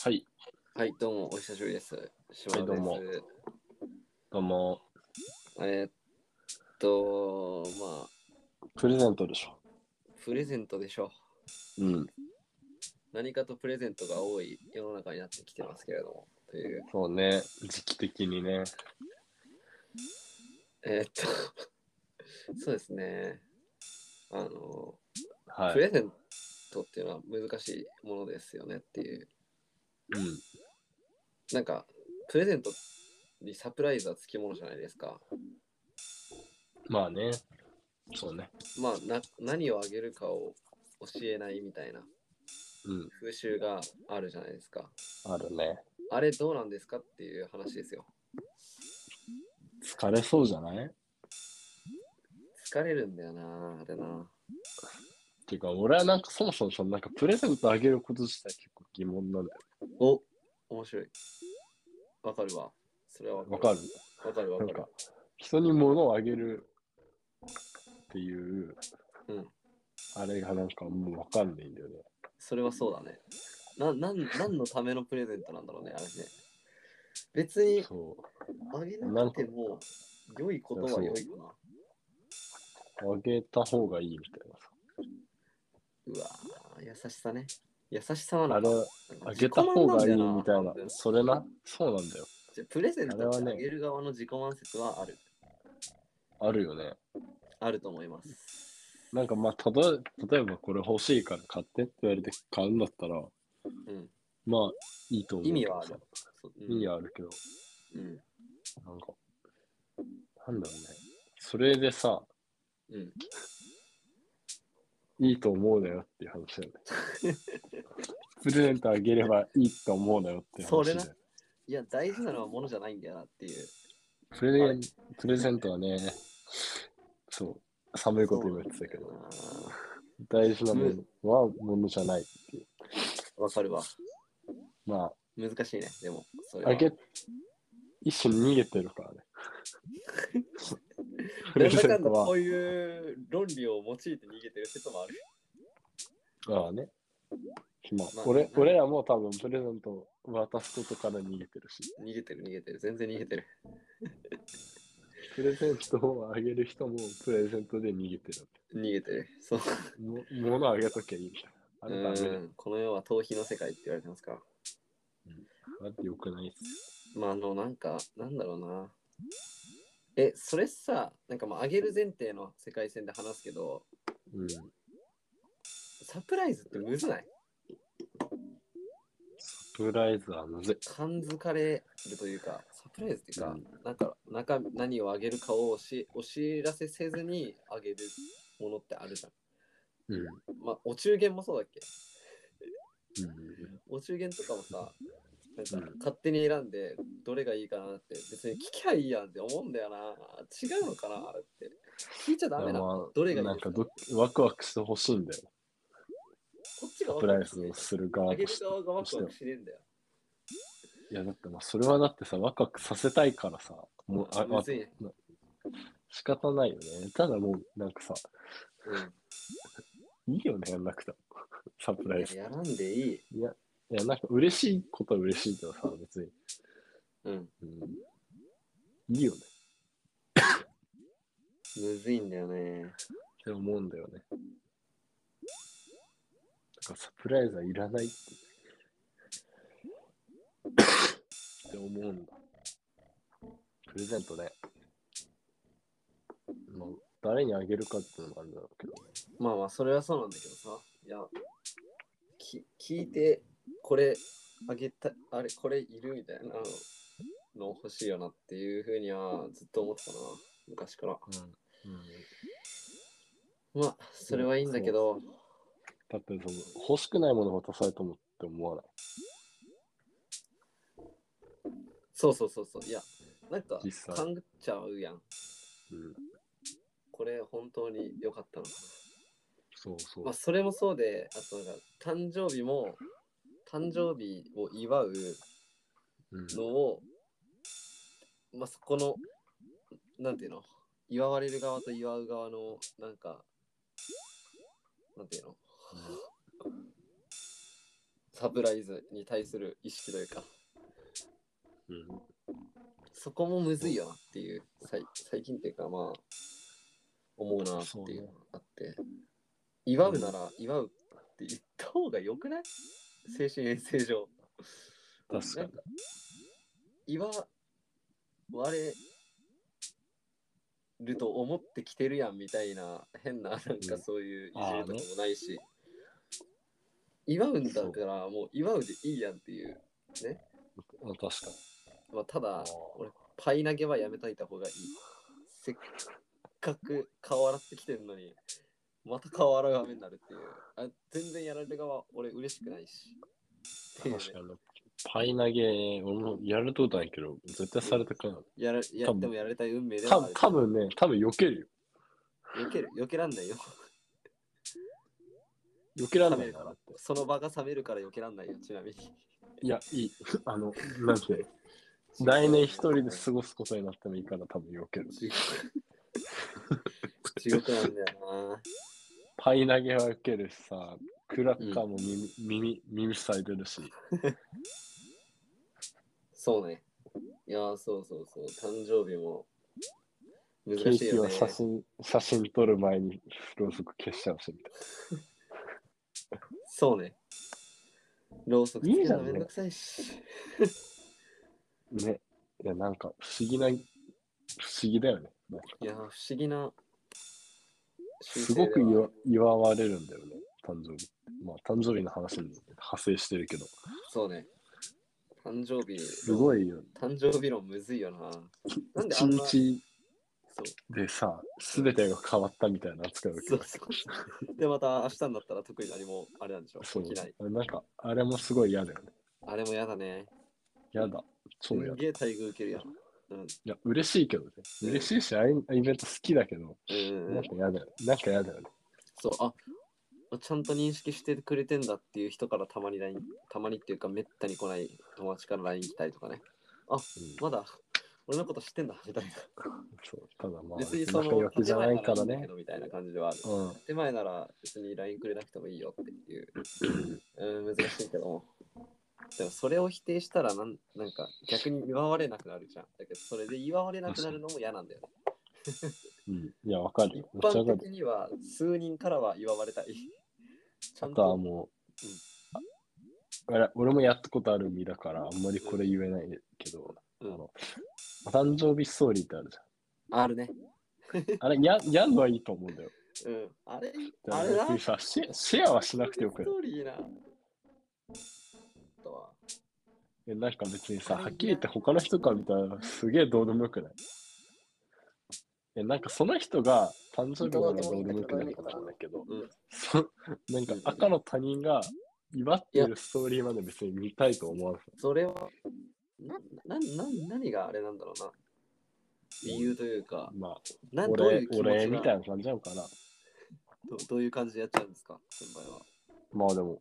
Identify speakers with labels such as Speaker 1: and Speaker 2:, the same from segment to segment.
Speaker 1: はい、
Speaker 2: はい、どうも、お久しぶりです。島
Speaker 1: はいどうも
Speaker 2: です
Speaker 1: どうも。
Speaker 2: えーっと、まあ、
Speaker 1: プレゼントでしょ。
Speaker 2: プレゼントでしょ
Speaker 1: うん、
Speaker 2: う。何かとプレゼントが多い世の中になってきてますけれども。という、
Speaker 1: そうね。時期的にね。
Speaker 2: えーっと、 そうですね。あの、
Speaker 1: は
Speaker 2: プ
Speaker 1: い。
Speaker 2: レゼントっていうのは難しいものですよねっていう。
Speaker 1: うん、
Speaker 2: なんか、プレゼントにサプライズはつきものじゃないですか。
Speaker 1: まあね。そうね。
Speaker 2: まあ、な何をあげるかを教えないみたいな
Speaker 1: うん、
Speaker 2: 風習があるじゃないですか。
Speaker 1: あるね。
Speaker 2: あれどうなんですかっていう話ですよ。
Speaker 1: 疲れそうじゃない
Speaker 2: 疲れるんだよな、あれな。
Speaker 1: ていうか、俺はなんかそもそもそのなんかプレゼントあげること自体結構疑問なんだよ。
Speaker 2: お面白い。わかるわ。それは
Speaker 1: わ
Speaker 2: わ
Speaker 1: か
Speaker 2: か
Speaker 1: る
Speaker 2: る。わかるわ
Speaker 1: な
Speaker 2: か
Speaker 1: ん
Speaker 2: る
Speaker 1: か、人に物をあげるっていう、
Speaker 2: うん
Speaker 1: あれがなんかもうわかんないんだよね。
Speaker 2: それはそうだね。な、なん、なんのためのプレゼントなんだろうね、あれね。別に
Speaker 1: そ
Speaker 2: あげなくても、良いことは良いよな。
Speaker 1: う。あげた方がいいみたいなさ。
Speaker 2: うわぁ優しさね。優しさな
Speaker 1: あ
Speaker 2: のか
Speaker 1: れ、あげた方がいいみたいな
Speaker 2: 自己満んだよ。
Speaker 1: それな、そうなんだよ。
Speaker 2: じゃあプレゼン
Speaker 1: あれ
Speaker 2: ト
Speaker 1: は
Speaker 2: っ
Speaker 1: ね
Speaker 2: てあげる側の自己満説はある。
Speaker 1: あるよね。
Speaker 2: あると思います。
Speaker 1: なんかまあ、たと例えばこれ欲しいから買ってって言われて買うんだったら、
Speaker 2: うん。
Speaker 1: まあ、いいと思うけどさ。
Speaker 2: 意味はある。そう
Speaker 1: 意味
Speaker 2: は。
Speaker 1: はあるけど、
Speaker 2: うん。
Speaker 1: なんか、なんだろうね。それでさ、
Speaker 2: うん。
Speaker 1: いいと思うなよっていう話だよね。プレゼントあげればいいと思うなよっていう話だよね
Speaker 2: それいや、大事なのはものじゃないんだよなっていう。
Speaker 1: プレゼン、
Speaker 2: はい
Speaker 1: プレゼントはね、そう、寒いこと今言ってたけど、大事なものはものじゃないっていう。
Speaker 2: わかるわ。
Speaker 1: ま
Speaker 2: 難しいね、でも。それ
Speaker 1: あ、
Speaker 2: は
Speaker 1: あげ、一緒に逃げてる からね。プ
Speaker 2: な
Speaker 1: レ
Speaker 2: んだ
Speaker 1: ゼ
Speaker 2: かん
Speaker 1: ン
Speaker 2: だ
Speaker 1: ト
Speaker 2: こ
Speaker 1: は、
Speaker 2: ういう論理を用いて逃げてる説もある。
Speaker 1: ああね。まあ
Speaker 2: まあ、
Speaker 1: 俺
Speaker 2: ね
Speaker 1: 俺らも多分プレゼント渡すことから逃げてるし、
Speaker 2: 逃げてる、逃げてる。全然逃げてる。
Speaker 1: プレゼントをあげる人もプレゼントで逃げてる。
Speaker 2: 逃げてる。そう。
Speaker 1: も物あげときゃいいじゃん。あれダメだ
Speaker 2: う
Speaker 1: よ。
Speaker 2: んこの世は逃避の世界って言われてますから。
Speaker 1: だってよくないっす。
Speaker 2: まあ、あの、なんか、なんだろうな。え、それさ、なんかまあ、あげる前提の世界線で話すけど、
Speaker 1: うん。
Speaker 2: サプライズってむずない
Speaker 1: サプライズはむずい。
Speaker 2: 感づかれるというか、サプライズというか、
Speaker 1: うん
Speaker 2: なんか中何をあげるかをおしお知らせせずにあげるものってあるじゃ
Speaker 1: うん。
Speaker 2: ん。まあ、お中元もそうだっけ
Speaker 1: うん
Speaker 2: お中元とかもさ、なんか
Speaker 1: うん
Speaker 2: 勝手に選んで、どれがいいかなって、別に聞きゃいいやんって思うんだよな。違うのかなあれって。聞いちゃダメな
Speaker 1: ま
Speaker 2: の
Speaker 1: あ
Speaker 2: どれがいい
Speaker 1: な
Speaker 2: の
Speaker 1: んかどワクワクしてほしいんだよ。
Speaker 2: こっちが
Speaker 1: サプ
Speaker 2: ワク
Speaker 1: ラ
Speaker 2: ワ
Speaker 1: イ
Speaker 2: クし
Speaker 1: ズ
Speaker 2: ね
Speaker 1: をする側
Speaker 2: あげ
Speaker 1: と
Speaker 2: る
Speaker 1: して。
Speaker 2: 側がワクワクしねえんだよ。
Speaker 1: いやだってまあそれはだってさ、ワクワクさせたいからさ、もうあ
Speaker 2: む
Speaker 1: あ
Speaker 2: ずいね
Speaker 1: 仕方ないよね。ただもうなんかさ、
Speaker 2: うん
Speaker 1: いいよね、やんなくても。 サプライ
Speaker 2: い
Speaker 1: ズ。
Speaker 2: ややらんでいい。
Speaker 1: いや、なんか嬉しいことは嬉しいけどさ、別に。
Speaker 2: うん。
Speaker 1: うん、いいよね。
Speaker 2: むずいんだよね。
Speaker 1: って思うんだよね。だからサプライズはいらないってって思うんだ。プレゼントね。まあ、誰にあげるかっていうのもあるんだろうけど。
Speaker 2: まあまあ、それはそうなんだけどさ。いや、き聞いて、これあげた、あれ、これいるみたいなの欲しいよなっていうふうにはずっと思ってたな。昔から。
Speaker 1: うんうん、
Speaker 2: まあ、それはいいんだけど、
Speaker 1: だってその欲しくないもの渡されてもって思わない。
Speaker 2: そうそうそうそう。いや、なんか
Speaker 1: 実際
Speaker 2: 勘ぐっちゃうやん。
Speaker 1: うん、
Speaker 2: これ本当に良かったのかな。
Speaker 1: そうそう。
Speaker 2: まあ、それもそうで、あとなんか誕生日も、誕生日を祝う
Speaker 1: うん
Speaker 2: のを、まあ、そこのなんていうの祝われる側と祝う側の、なんか、なんていうのサプライズに対する意識というか、
Speaker 1: うん。
Speaker 2: そこもむずいよなっていう、最最近っていうか、まあ、思うなっていうのがあって、祝うなら祝うって言った方がよくない精神衛生上。
Speaker 1: 確か
Speaker 2: なんか祝われると思ってきてるやんみたいな変ななん
Speaker 1: う
Speaker 2: か
Speaker 1: ん
Speaker 2: そういういじ
Speaker 1: あー
Speaker 2: りとかもないし、祝うんだからもう祝うでいいやんっていう
Speaker 1: に。あ確かに。
Speaker 2: まあただ
Speaker 1: あー
Speaker 2: 俺パイ投げはやめといた方がいいせっかく顔洗ってきてるのにまた顔洗う場面になるっていうあ全然やられる側俺嬉しくないし っていうね
Speaker 1: 確かに。パイ投げ、俺もやるとことないけど、絶対されたくない。
Speaker 2: やらや
Speaker 1: 多分
Speaker 2: でもやられたい運命で
Speaker 1: た
Speaker 2: はある
Speaker 1: 多分ね、多分避ける
Speaker 2: 避ける避けらんないよ
Speaker 1: よ。避けられないからって。
Speaker 2: その場が冷めるから避けらんないよ、ちなみに。
Speaker 1: いや、いい。 あの、なんて、来年一人で過ごすことになってもいいから多分避ける。
Speaker 2: 地地獄なんだよな。
Speaker 1: パイ投げは受けるしさ、クラッカーも耳、耳、耳塞いでるし。
Speaker 2: そうね。いやー、そうそうそう。誕生日も難
Speaker 1: ケー
Speaker 2: しい
Speaker 1: キ
Speaker 2: よ
Speaker 1: は
Speaker 2: ね。
Speaker 1: 写真、写真撮る前にろうそく消しちゃうしみたい
Speaker 2: そうね。ろうそくつ
Speaker 1: い
Speaker 2: け
Speaker 1: い
Speaker 2: る
Speaker 1: じゃ
Speaker 2: の
Speaker 1: んね
Speaker 2: めんどくさいし。
Speaker 1: な。ね。いや、なんか不思議な、不思議だよね。なんか
Speaker 2: いやー、不思議な。
Speaker 1: すごく
Speaker 2: 習性では
Speaker 1: 祝祝われるんだよね、誕生日。まあ、誕生日の話に派生してるけど、
Speaker 2: そうね。誕生日。
Speaker 1: すご。いよ。
Speaker 2: 誕生日論むずいよな。なんであ
Speaker 1: 一
Speaker 2: んな
Speaker 1: 日
Speaker 2: そう
Speaker 1: でさ、すべてが変わったみたいな扱いを受け
Speaker 2: そう
Speaker 1: る。
Speaker 2: そうそう。で、また明日になったら特に何もあれなんでしょ。
Speaker 1: そう
Speaker 2: 起きない。
Speaker 1: う。なんか、あれもすごい嫌だよね。
Speaker 2: あれもやだね。
Speaker 1: 嫌だ。
Speaker 2: す
Speaker 1: 超
Speaker 2: ん
Speaker 1: 嫌だ。い
Speaker 2: げえ待遇受けるやん。うん。
Speaker 1: や、嬉しいけどね。嬉しいし、ああいうイベント好きだけど、
Speaker 2: うんう
Speaker 1: なんん、か嫌だよ。なんか嫌だよね。
Speaker 2: そう、あちゃんと認識してくれてんだっていう人からたまに LINE、たまにっていうかめったに来ない友達から LINE 来たりとかね。
Speaker 1: うん
Speaker 2: まだ俺のこと知ってんだみたいな。
Speaker 1: そう、ただまあ、
Speaker 2: 別にそ
Speaker 1: 仲良
Speaker 2: の、
Speaker 1: くじゃないから
Speaker 2: 建前ならいいんだけ
Speaker 1: ね。
Speaker 2: どみたいな感じではある。
Speaker 1: うん。
Speaker 2: 手前なら別に LINE くれなくてもいいよっていう。うん、難しいけども。でもそれを否定したらなんなんか逆に祝われなくなるじゃん。だけどそれで祝われなくなるのも嫌なんだよね。
Speaker 1: うん。いや、わかる
Speaker 2: 一
Speaker 1: よ。めっちゃわか
Speaker 2: 般
Speaker 1: る
Speaker 2: 的。には数人からは祝われたい。 ちゃ
Speaker 1: あ
Speaker 2: ん
Speaker 1: とは
Speaker 2: と
Speaker 1: もう、ああれ俺もやったことある身だから、あんまりこれ言えないけど、
Speaker 2: うん
Speaker 1: あの、お誕生日ストーリーってあるじ
Speaker 2: あるね。
Speaker 1: ゃん。あれ、ややんのはいいと思うんだよ。
Speaker 2: うん。あれ
Speaker 1: で
Speaker 2: あれだ
Speaker 1: 別にさシェ、シェアはしなくてよく
Speaker 2: ス
Speaker 1: ない
Speaker 2: トーリーな。あとは、
Speaker 1: えなんか別にさ、はっきり言って他の人から見たらすげえどうでもよくないえなんかその人が誕生日ならどうでもよくないかもしれないけど、
Speaker 2: うん
Speaker 1: そなんか赤の他人が祝ってるストーリーまで別に見たいと思わない
Speaker 2: それは、な、な、な、何があれなんだろうな。理由というか、
Speaker 1: まあ、
Speaker 2: などう
Speaker 1: 俺
Speaker 2: いう、気持
Speaker 1: 俺
Speaker 2: ち
Speaker 1: みたい
Speaker 2: が
Speaker 1: な感じなのかな。
Speaker 2: ど、どういう感じでやっちゃうんですか、先輩は。
Speaker 1: まあでも、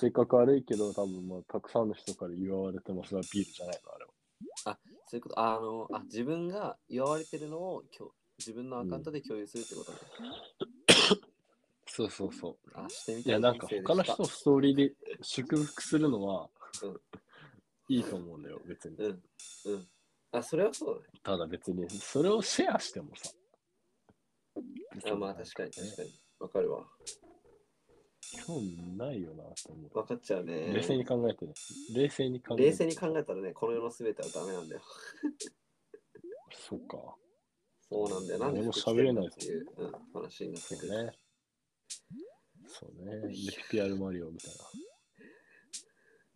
Speaker 1: 性格悪いけど、多分まあ、たくさんの人から祝われてますが、ビールじゃないの、あれは。
Speaker 2: そういうこと、ああの、あ、自分が祝われてるのを今日、自分のアカウントで共有するってことね。
Speaker 1: そうそうそ
Speaker 2: あ、してみ
Speaker 1: い
Speaker 2: たい
Speaker 1: や、なんか
Speaker 2: 人生で
Speaker 1: 他の
Speaker 2: した
Speaker 1: 人をストーリーで祝福するのは
Speaker 2: うん、
Speaker 1: いいと思うんだよ、別に。
Speaker 2: うん。うん。あ、それはそうだね。
Speaker 1: ただ別に、それをシェアしてもさ。
Speaker 2: あまあ、確かに、確かに。わかるわ。
Speaker 1: 興味ないよな、と思う。
Speaker 2: わかっちゃうね。
Speaker 1: 冷静に考えてね。冷静に考えて。
Speaker 2: 冷静に考えたらね、この世の全てはダメなんだよ。
Speaker 1: そうか。
Speaker 2: そうなんだよ。なんで
Speaker 1: 俺も
Speaker 2: 服着てんだ
Speaker 1: 喋れない
Speaker 2: っていう、うん、話になって
Speaker 1: そ
Speaker 2: く
Speaker 1: う
Speaker 2: る。
Speaker 1: ね。そうね。レシピアルマリオみたいな。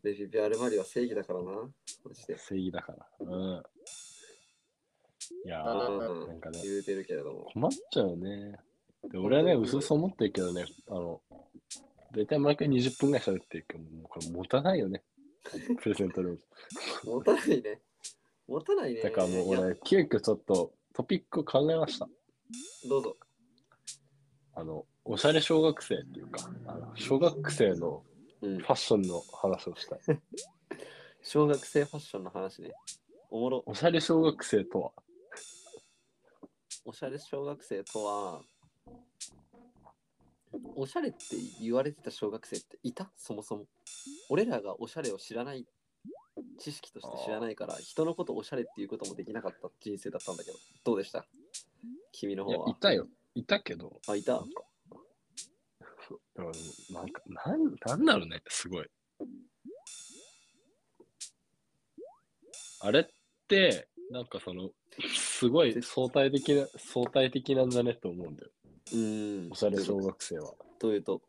Speaker 2: レフィビアルマリは正義だからな。マジで。
Speaker 1: 正義だから。うん。いや
Speaker 2: う
Speaker 1: ー、
Speaker 2: ん
Speaker 1: なんかね、
Speaker 2: 言うてるけれども。
Speaker 1: 困っちゃうね。で俺はね、うすうす思ってるけどね、あの、大体毎回20分ぐらい喋ってるけど、もうこれ持たないよね。プレゼントルーム。
Speaker 2: 持たないね。持たないね。
Speaker 1: だからもう
Speaker 2: いや
Speaker 1: 俺、急遽ちょっとトピックを考えました。
Speaker 2: どうぞ。
Speaker 1: あの、おしゃれ小学生っていうか、あの小学生の
Speaker 2: う
Speaker 1: フ
Speaker 2: ん
Speaker 1: ァ。ッションの話をしたい。
Speaker 2: 小学生ファッションの話ね。おもろ。
Speaker 1: おしゃれ小学生とは
Speaker 2: おしゃれ小学生とは、おしゃれって言われてた小学生っていたそもそも。俺らがおしゃれを知らない、知識として知らないから、人のことおしゃれっていうこともできなかった人生だったんだけど、どうでした君の
Speaker 1: い
Speaker 2: 方
Speaker 1: や、
Speaker 2: は。
Speaker 1: いたよ。いたけど、
Speaker 2: あ、いた
Speaker 1: でもなんか、なん、なんだろうね、すごい。あれって、なんかその、すごい相対的な、相対的なんだねと思うんだよ。
Speaker 2: うん。
Speaker 1: おしゃれ小
Speaker 2: ど
Speaker 1: 学生は。
Speaker 2: ういうと。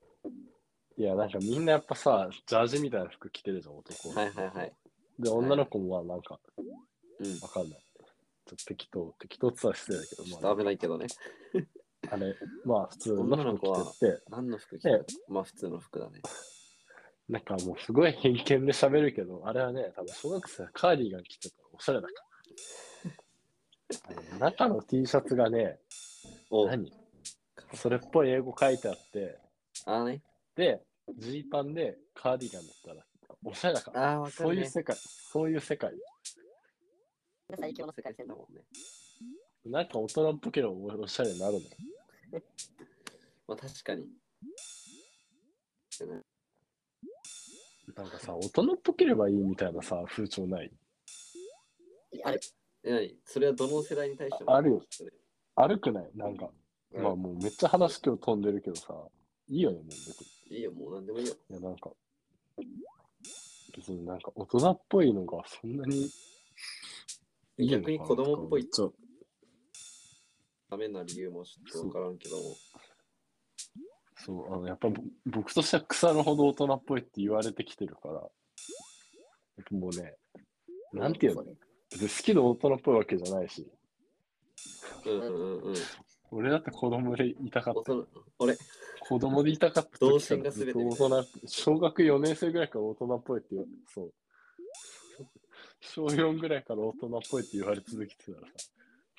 Speaker 1: いや、なんかみんなやっぱさ、ジャージみたいな服着てるじゃん、男。
Speaker 2: はいはいはい。
Speaker 1: で、女の子もまあなんか、
Speaker 2: うん。ち
Speaker 1: わかんない。ちょっと適当、適当って言ったら失礼だけど、
Speaker 2: ょっ
Speaker 1: ま
Speaker 2: と危ないけどね。
Speaker 1: あ、あれ、まあ普通
Speaker 2: 女
Speaker 1: の
Speaker 2: の
Speaker 1: 服
Speaker 2: 子は
Speaker 1: 着てて、
Speaker 2: 何の服着てるまあ普通の服だね。
Speaker 1: なんかもうすごい偏見で喋るけど、あれはね、多分小学生はカーディガン着てたからおしゃれだから。あの中の T シャツがね、
Speaker 2: おう
Speaker 1: 何それっぽい英語書いてあって、
Speaker 2: あーね。
Speaker 1: で、ジーパンでカーディガンだったら、おしゃれだか
Speaker 2: あ
Speaker 1: ら。
Speaker 2: ーわか
Speaker 1: そう
Speaker 2: る
Speaker 1: いう
Speaker 2: ね。
Speaker 1: 世界、そういう世界。
Speaker 2: 最強の世界線だもんね。
Speaker 1: なんか大人っぽければおしゃれになるの。
Speaker 2: まあ確かに。
Speaker 1: なんかさ、大人っぽければいいみたいなさ、風潮ない。
Speaker 2: あれえ、何それはどの世代に対しても
Speaker 1: ああるよ
Speaker 2: それ
Speaker 1: 歩くないなんか、まあもうめっちゃ話今日飛んでるけどさ、いいよね、もう別に。
Speaker 2: いいよ、もう何でもいいよ。
Speaker 1: いや、なんか、別になんか大人っぽいのがそんなにいいのかなとか。
Speaker 2: 逆に子供っぽい
Speaker 1: めちゃ
Speaker 2: ダメな理由もちょっとわからんけども。
Speaker 1: そう、あの、やっぱぼ僕としては草のほど大人っぽいって言われてきてるから、やっぱもうね、なんていうの別に好きで大人っぽいわけじゃないし、
Speaker 2: うんうんうん。
Speaker 1: 俺だって子供でいたかっ
Speaker 2: 大
Speaker 1: た。
Speaker 2: 人俺、
Speaker 1: 子供でいたかった
Speaker 2: 童
Speaker 1: 時か
Speaker 2: 心
Speaker 1: ら
Speaker 2: が
Speaker 1: ず
Speaker 2: 全
Speaker 1: ってと大人、小学4年生ぐらいから大人っぽいって言われそう。小4ぐらいから大人っぽいって言われ続けてたら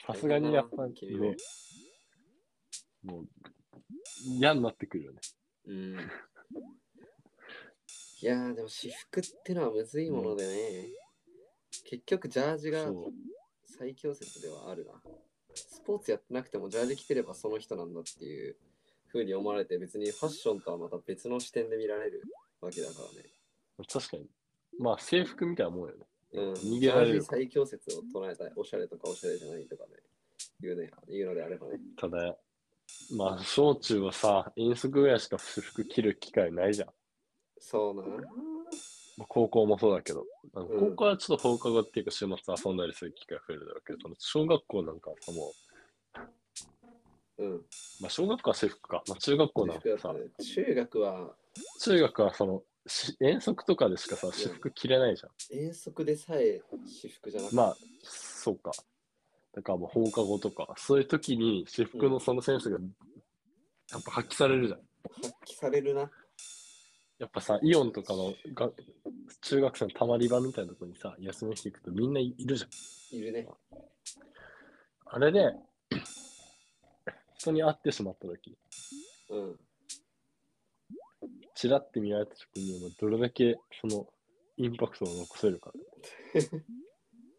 Speaker 1: さ、さすがにやっぱね
Speaker 2: 君も、
Speaker 1: もう嫌になってくるよね。
Speaker 2: うん。いやー、でも私服ってのはむずいものでね。結局、ジャージが
Speaker 1: そう
Speaker 2: 最強説ではあるな。スポーツやってなくてもジャージ着てればその人なんだっていう風に思われて別にファッションとはまた別の視点で見られるわけだからね。
Speaker 1: 確かに。まあ制服みたいなもんよね。
Speaker 2: うん、
Speaker 1: 逃げられる
Speaker 2: ジャージ最強説を唱えたおしゃれとかおしゃれじゃないとかね。言うね、言うのであればね。
Speaker 1: ただ、まあ小中はさ、遠足ぐらいしか私服着る機会ないじゃん。
Speaker 2: そうな。
Speaker 1: まあ高校もそうだけど、あの
Speaker 2: うん
Speaker 1: 高校はちょっと放課後っていうか週末遊んだりする機会が増えるだろうけど、その小学校なんかはさも
Speaker 2: うん。
Speaker 1: う、まあ、小学校は制服か、まあ、中学校なんか
Speaker 2: 中
Speaker 1: さ、
Speaker 2: 学,、中学は
Speaker 1: 中学はそのし遠足とかでしかさ、私服着れないじゃん。
Speaker 2: 遠足でさえ私服じゃなくて、
Speaker 1: まあ、そうか。だからもう放課後とか、そういう時に私服のそのセンスがやっぱ発揮されるじゃん。
Speaker 2: 発揮されるな。
Speaker 1: やっぱさ、イオンとかのが中学生のたまり場みたいなとこにさ、休みの日行くとみんないるじゃん。
Speaker 2: いるね。
Speaker 1: あれで、人に会ってしまった時
Speaker 2: うん。
Speaker 1: チラって見られた時にもうどれだけそのインパクトを残せるか。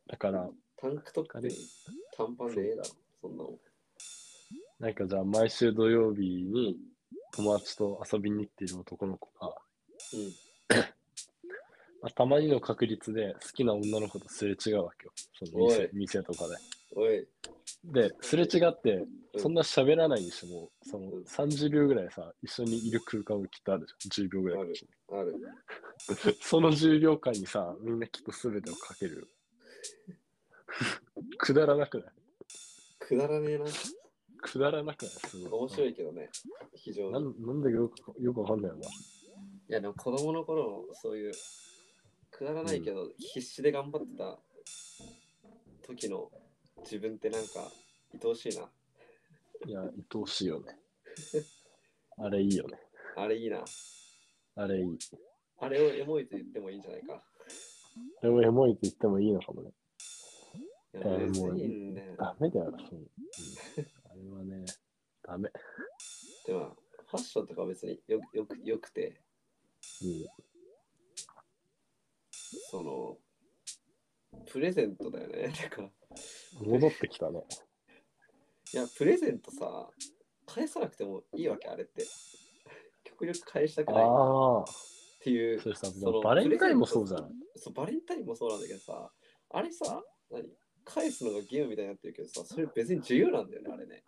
Speaker 1: だから、
Speaker 2: タンクトップに短パンでええだろ。そんなもん。
Speaker 1: なんかじゃあ毎週土曜日に友達と遊びに行っている男の子が、
Speaker 2: うん。
Speaker 1: まあ、たまにの確率で好きな女の子とすれ違うわけよ。その
Speaker 2: お
Speaker 1: 店
Speaker 2: い
Speaker 1: 店とか
Speaker 2: おい。
Speaker 1: で。で、すれ違って、そんな喋らないにしても、その
Speaker 2: うん
Speaker 1: 30秒ぐらいさ、一緒にいる空間をきっとあるじゃん。10秒ぐらい。
Speaker 2: ある。
Speaker 1: その10秒間にさ、みんなきっと全てをかける よ。くだらなくない
Speaker 2: くだらねえな。
Speaker 1: くだらなくないすごい。
Speaker 2: 面白いけどね。非常
Speaker 1: な
Speaker 2: に。
Speaker 1: んなんでかよくよくわかんないよな。
Speaker 2: いや、でも子供の頃のそういう、くだらないけど、必死で頑張ってた時の自分ってなんか、愛おしいな。
Speaker 1: いや、愛おしいよ ね。あれいいよね。
Speaker 2: あれいいな。
Speaker 1: あれいい。
Speaker 2: あれをエモいと言ってもいいんじゃないか。
Speaker 1: あれをエモいって言ってもいいのかもね。
Speaker 2: いや、
Speaker 1: えー
Speaker 2: むず
Speaker 1: もう
Speaker 2: いんだよな
Speaker 1: ダメだよな、そう。うん、あれはね、ダメ。
Speaker 2: でも、ファッションとか別によくよくよくて、
Speaker 1: うん、
Speaker 2: その、 プレゼントだよね。だから、
Speaker 1: 戻ってきたね。
Speaker 2: いや、プレゼントさ、返さなくてもいいわけ、あれって。極力返したくないっ
Speaker 1: ああ。
Speaker 2: ていう。
Speaker 1: それさ、で
Speaker 2: その
Speaker 1: もバレンタインもそうじゃない
Speaker 2: そうバレンタインもそうなんだけどさ、あれさ、何返すのがゲームみたいになってるけどさ、それ別に自由なんだよね、あれね。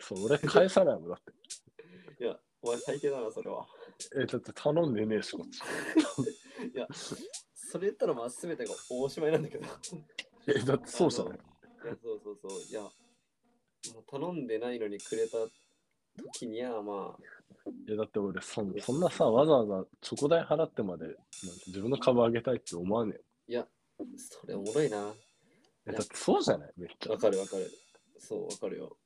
Speaker 1: そう、俺返さないもんだって。
Speaker 2: いや、お前最低だな、それは。
Speaker 1: え、だって頼んでねえし、こっち。
Speaker 2: いや、それ言ったらまあ全てがおしまいなんだけど。い
Speaker 1: え、だってそうじゃない
Speaker 2: や、そうそうそう。いや、もう頼んでないのにくれた時にはまあ、
Speaker 1: え、だって俺そん、そんなさ、わざわざチョコ代払ってまで、なんか自分の株上げたいって思わね
Speaker 2: いや、それおもろいな。
Speaker 1: え。え、だってそうじゃないめっちゃ
Speaker 2: わ。かるわかる。そう、わかるよ。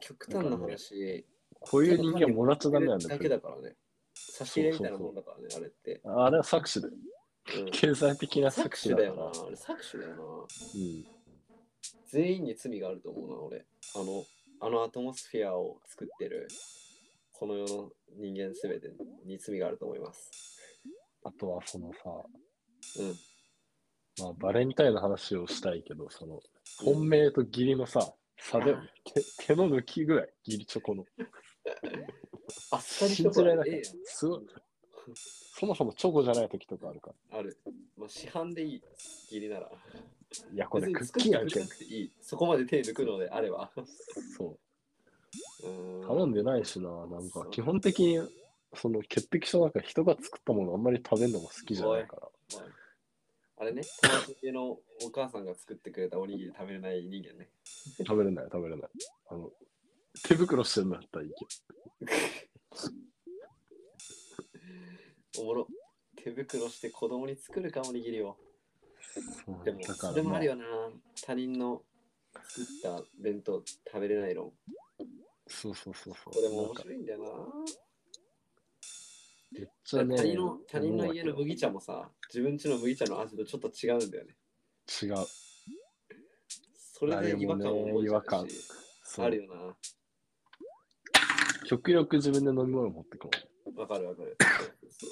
Speaker 2: 極端な話、
Speaker 1: こういう人間もらっちゃダメなんだ
Speaker 2: だ
Speaker 1: け
Speaker 2: け
Speaker 1: ど。
Speaker 2: だからね。差し入れみたいなもんだからね、あれって。
Speaker 1: あれは搾取だよ。
Speaker 2: うん
Speaker 1: 経済的な搾取
Speaker 2: 搾取だ
Speaker 1: だ
Speaker 2: よ
Speaker 1: か
Speaker 2: な。
Speaker 1: ら。
Speaker 2: あれ搾取だよ
Speaker 1: うん。
Speaker 2: な。全員に罪があると思うな、俺。あの、あのアトモスフェアを作ってる、この世の人間すべてに罪があると思います。
Speaker 1: あとはそのさ、
Speaker 2: うん。
Speaker 1: まあ、バレンタインの話をしたいけど、その、本命と義理のさ、差で、手手の抜きぐらい、義理チョコの。
Speaker 2: あっさり
Speaker 1: 信じられな
Speaker 2: ええ
Speaker 1: い。すごい。そもそもチョコじゃない時とかあるか
Speaker 2: やんある。まあ、市販でいい。ギリなら。
Speaker 1: ら。いや、これク
Speaker 2: 別に
Speaker 1: ッ
Speaker 2: 作っ
Speaker 1: キーやん
Speaker 2: て
Speaker 1: け
Speaker 2: くれな。くていい。そこまで手抜くのであれば。
Speaker 1: そうう。
Speaker 2: ん。
Speaker 1: 頼んでないしな、なん
Speaker 2: そ
Speaker 1: か
Speaker 2: う、
Speaker 1: 基本的に、その潔癖症だから人が作ったものあんまり食べるのも好きじゃないから。
Speaker 2: あれね、友達のお母さんが作ってくれたおにぎり食べれない人間ね。
Speaker 1: 食べれない、食べれない。あの、手袋してるんだったらいいけ
Speaker 2: おもろ。手袋して子供に作るか、おにぎりを。
Speaker 1: ど。そう
Speaker 2: でも、
Speaker 1: だか
Speaker 2: そ
Speaker 1: ら、
Speaker 2: れ
Speaker 1: ま
Speaker 2: も
Speaker 1: あ
Speaker 2: ある、よな。他人の作った弁当食べれないの。
Speaker 1: そうそうそうそう。
Speaker 2: これも
Speaker 1: なん
Speaker 2: 面
Speaker 1: か
Speaker 2: 白いんだよな。
Speaker 1: めっちゃね、
Speaker 2: 他人の他人の家の
Speaker 1: 思うわ
Speaker 2: 麦茶もさ、自分家の麦茶の味とちょっと違うんだよね。
Speaker 1: け違う。
Speaker 2: それで違和感を覚
Speaker 1: あれもね違
Speaker 2: えちゃうし
Speaker 1: 和感そう
Speaker 2: あるよな。
Speaker 1: 極力自分で飲み物持ってこ
Speaker 2: わかるわかる。そ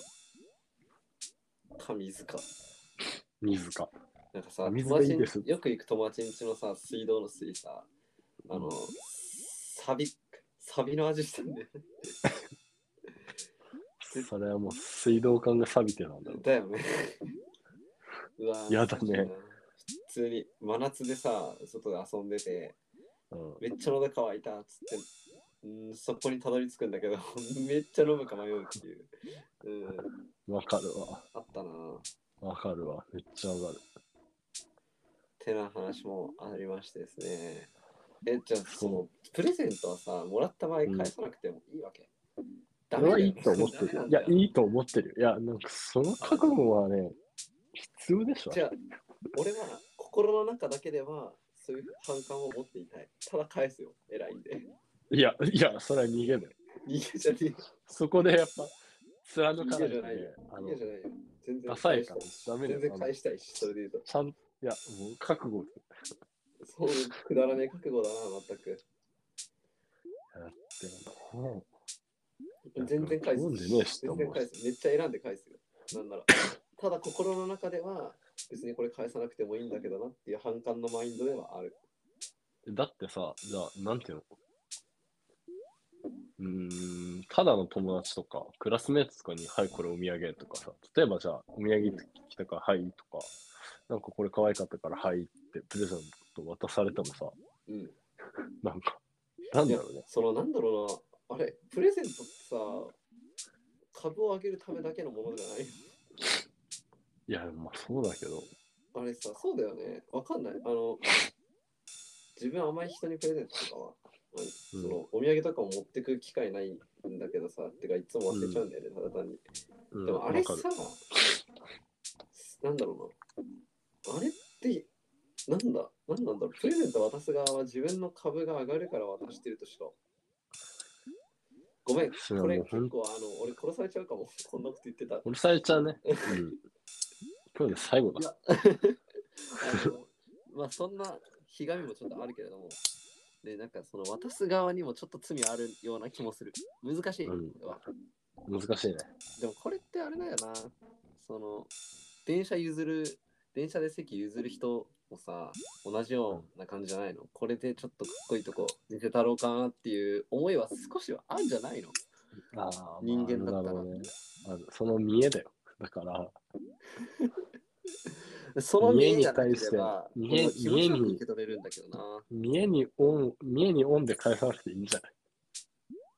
Speaker 2: うか、水か。
Speaker 1: う。水か。
Speaker 2: なんかさ、
Speaker 1: 水
Speaker 2: 友
Speaker 1: でいい
Speaker 2: 達ん
Speaker 1: です
Speaker 2: よく行く友達ん家のさ、水道の水さ、あの、サビ、サビの味してんだよね。
Speaker 1: それはもう水道管が錆びてなんだろう。
Speaker 2: だよね。うわー
Speaker 1: やだね。
Speaker 2: 普通に真夏でさ、外で遊んでて、
Speaker 1: うん、
Speaker 2: めっちゃ喉乾いたっつって、うん、そこにたどり着くんだけど、 めっちゃ飲むか迷うっていう。うん、
Speaker 1: わかるわ。
Speaker 2: あったなぁ。っ
Speaker 1: わかるわ。めっちゃわかる。
Speaker 2: てな話もありましてですね。え、じゃあその、プレゼントはさ、もらった場合返さなくてもいいわけ、ダ
Speaker 1: 俺はい
Speaker 2: メだよね
Speaker 1: いと思ってる
Speaker 2: ダ
Speaker 1: よ。
Speaker 2: メなん
Speaker 1: い
Speaker 2: だ
Speaker 1: や、
Speaker 2: よ
Speaker 1: いいと思ってるよ。いや、なんかその覚悟はね、必要でしょ。
Speaker 2: じゃあ、俺は心の中だけでは、そういう反感を持っていたい。ただ返すよ、偉いんで。
Speaker 1: いや、いや、それは逃げない。
Speaker 2: 逃げじゃねえよ。
Speaker 1: そこでやっぱ、貫かないと
Speaker 2: 逃げじゃない
Speaker 1: ね
Speaker 2: よ、
Speaker 1: あ
Speaker 2: 逃
Speaker 1: の
Speaker 2: げじゃないよ。全然
Speaker 1: ダサい
Speaker 2: 返し
Speaker 1: か
Speaker 2: た
Speaker 1: らダ
Speaker 2: い。
Speaker 1: メだよ。
Speaker 2: 全然
Speaker 1: あの
Speaker 2: 返したいし、それで言うと。
Speaker 1: ちゃんいや、もう覚悟。
Speaker 2: そういうくだらねえ覚悟だな、全く。
Speaker 1: でもねや
Speaker 2: 全然返す。
Speaker 1: 飲んでねえしって
Speaker 2: 全
Speaker 1: 思う
Speaker 2: 然返す。めっちゃ選んで返すよ。なんなら。ただ心の中では、別にこれ返さなくてもいいんだけどなっていう反感のマインドではある。
Speaker 1: だってさ、じゃあ、なんていうのうーん、ただの友達とか、クラスメートとかに、はい、これお土産とかさ、例えばじゃあ、お土産来たから、はい、とか、なんかこれ可愛かったから、はいって、プレゼント渡されてもさ、
Speaker 2: うん。
Speaker 1: なんか、なんだろう
Speaker 2: いや
Speaker 1: ね。
Speaker 2: そのなんだろうな、あれ、プレゼントってさ、株を上げるためだけのものじゃない
Speaker 1: いや、まあそうだけど、
Speaker 2: あれさ、そうだよね。わかんない。あの、自分あんまり人にプレゼントとかは、うんそのお土産とかも持ってく機会ないんだけどさ、てかいつも忘れちゃうんだよね、ただ単に。
Speaker 1: うん、
Speaker 2: でもあ
Speaker 1: わ
Speaker 2: れ
Speaker 1: か
Speaker 2: さ
Speaker 1: る。、
Speaker 2: なんだろうな。あれって、なんだ、なんなんだろう。プレゼント渡す側は自分の株が上がるから渡してるとしか。ごめん、
Speaker 1: そう
Speaker 2: これ
Speaker 1: もうほん
Speaker 2: 結構あの、俺殺されちゃうかも。こんなこと言ってたら。
Speaker 1: 俺されちゃうね。うん。今日で最後だ。
Speaker 2: あのまあそんなひがみもちょっとあるけれども、ね、なんかその渡す側にもちょっと罪あるような気もする。難しい。
Speaker 1: うん
Speaker 2: これは
Speaker 1: 難しいね。
Speaker 2: でもこれってあれだよな。その、電車譲る電車で席譲る人もさ、同じような感じじゃないのこれでちょっとかっこいいとこ見せたろうかなっていう思いは少しはあるんじゃないの
Speaker 1: ああ
Speaker 2: 人間だったら
Speaker 1: なるねあるその見えだよ。だから、
Speaker 2: その見
Speaker 1: 見
Speaker 2: え
Speaker 1: えに
Speaker 2: じゃな
Speaker 1: 対
Speaker 2: け
Speaker 1: して
Speaker 2: れば、
Speaker 1: 見え
Speaker 2: 俺は気持ちよ
Speaker 1: 見え
Speaker 2: く
Speaker 1: に
Speaker 2: 受け取れるんだけどな。
Speaker 1: 見えにオン、見えにオンで返さなくていいんじゃない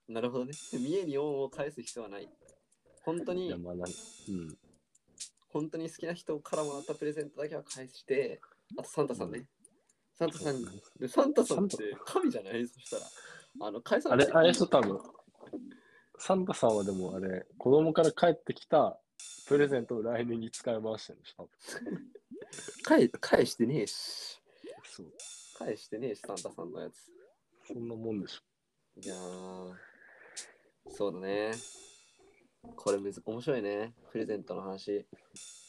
Speaker 2: なるほどね。見えに恩を返す必要はない。本当
Speaker 1: い
Speaker 2: に
Speaker 1: や、、まあ、なんうん。
Speaker 2: 本当に好きな人からもらったプレゼントだけは返して、あとサンタさんね。サンタさん、でサンタさんって神じゃないそしたら。あの、返さ
Speaker 1: あれ
Speaker 2: なくてい、い
Speaker 1: あれそう多分、サンタさんはでもあれ、子供から帰ってきたプレゼントを来年に使い回してるんでしょ、多分
Speaker 2: 返返してねえし。
Speaker 1: そう。
Speaker 2: 返してねえし、サンタさんのやつ。
Speaker 1: そんなもんでしょ。
Speaker 2: いやー、そうだね。これむず面白いね。プレゼントの話。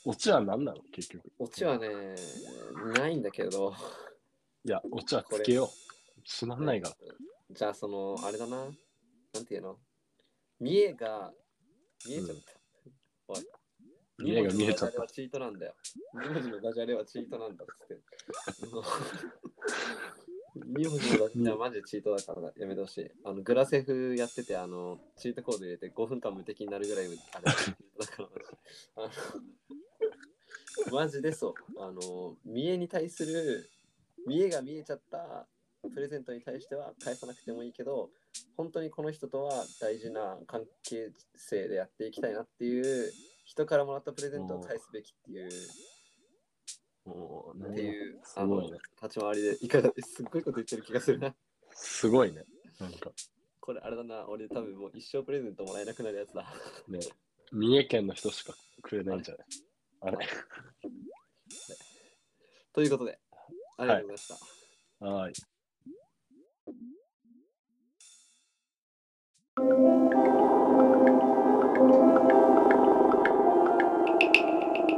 Speaker 1: オチは何なの結局。
Speaker 2: オチはね、ないんだけど。
Speaker 1: いや、オチはつけよう。つまんないから。
Speaker 2: じゃあ、その、あれだな。なんていうの見えが、見えちゃった。
Speaker 1: 見えが見えちゃっ
Speaker 2: 二文字のダジャレはチートなんだよ。2文字のダジャレはチートなんだっつって。2文字のダジャレはマジでチートだからやめてほしい。あのグラセフやってて、あのチートコード入れて5分間無敵になるぐらいあれだからマジあのマジでそう。あの、見えに対する、見えが見えちゃったプレゼントに対しては返さなくてもいいけど、本当にこの人とは大事な関係性でやっていきたいなっていう人からもらったプレゼントを返すべきっていう
Speaker 1: た。おー
Speaker 2: っていう
Speaker 1: す
Speaker 2: あの
Speaker 1: ごいね。
Speaker 2: 立ち回りでいかがですすっごいこと言ってる気がするな
Speaker 1: すごいね。なんか、
Speaker 2: これあれだな俺多分もう一生プレゼントもらえなくなるやつだ
Speaker 1: ね、三重県の人しかくれないんじゃないあれ
Speaker 2: ということでありがとうございました、
Speaker 1: はい。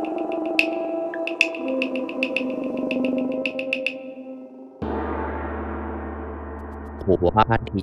Speaker 3: โหวพระพันธิ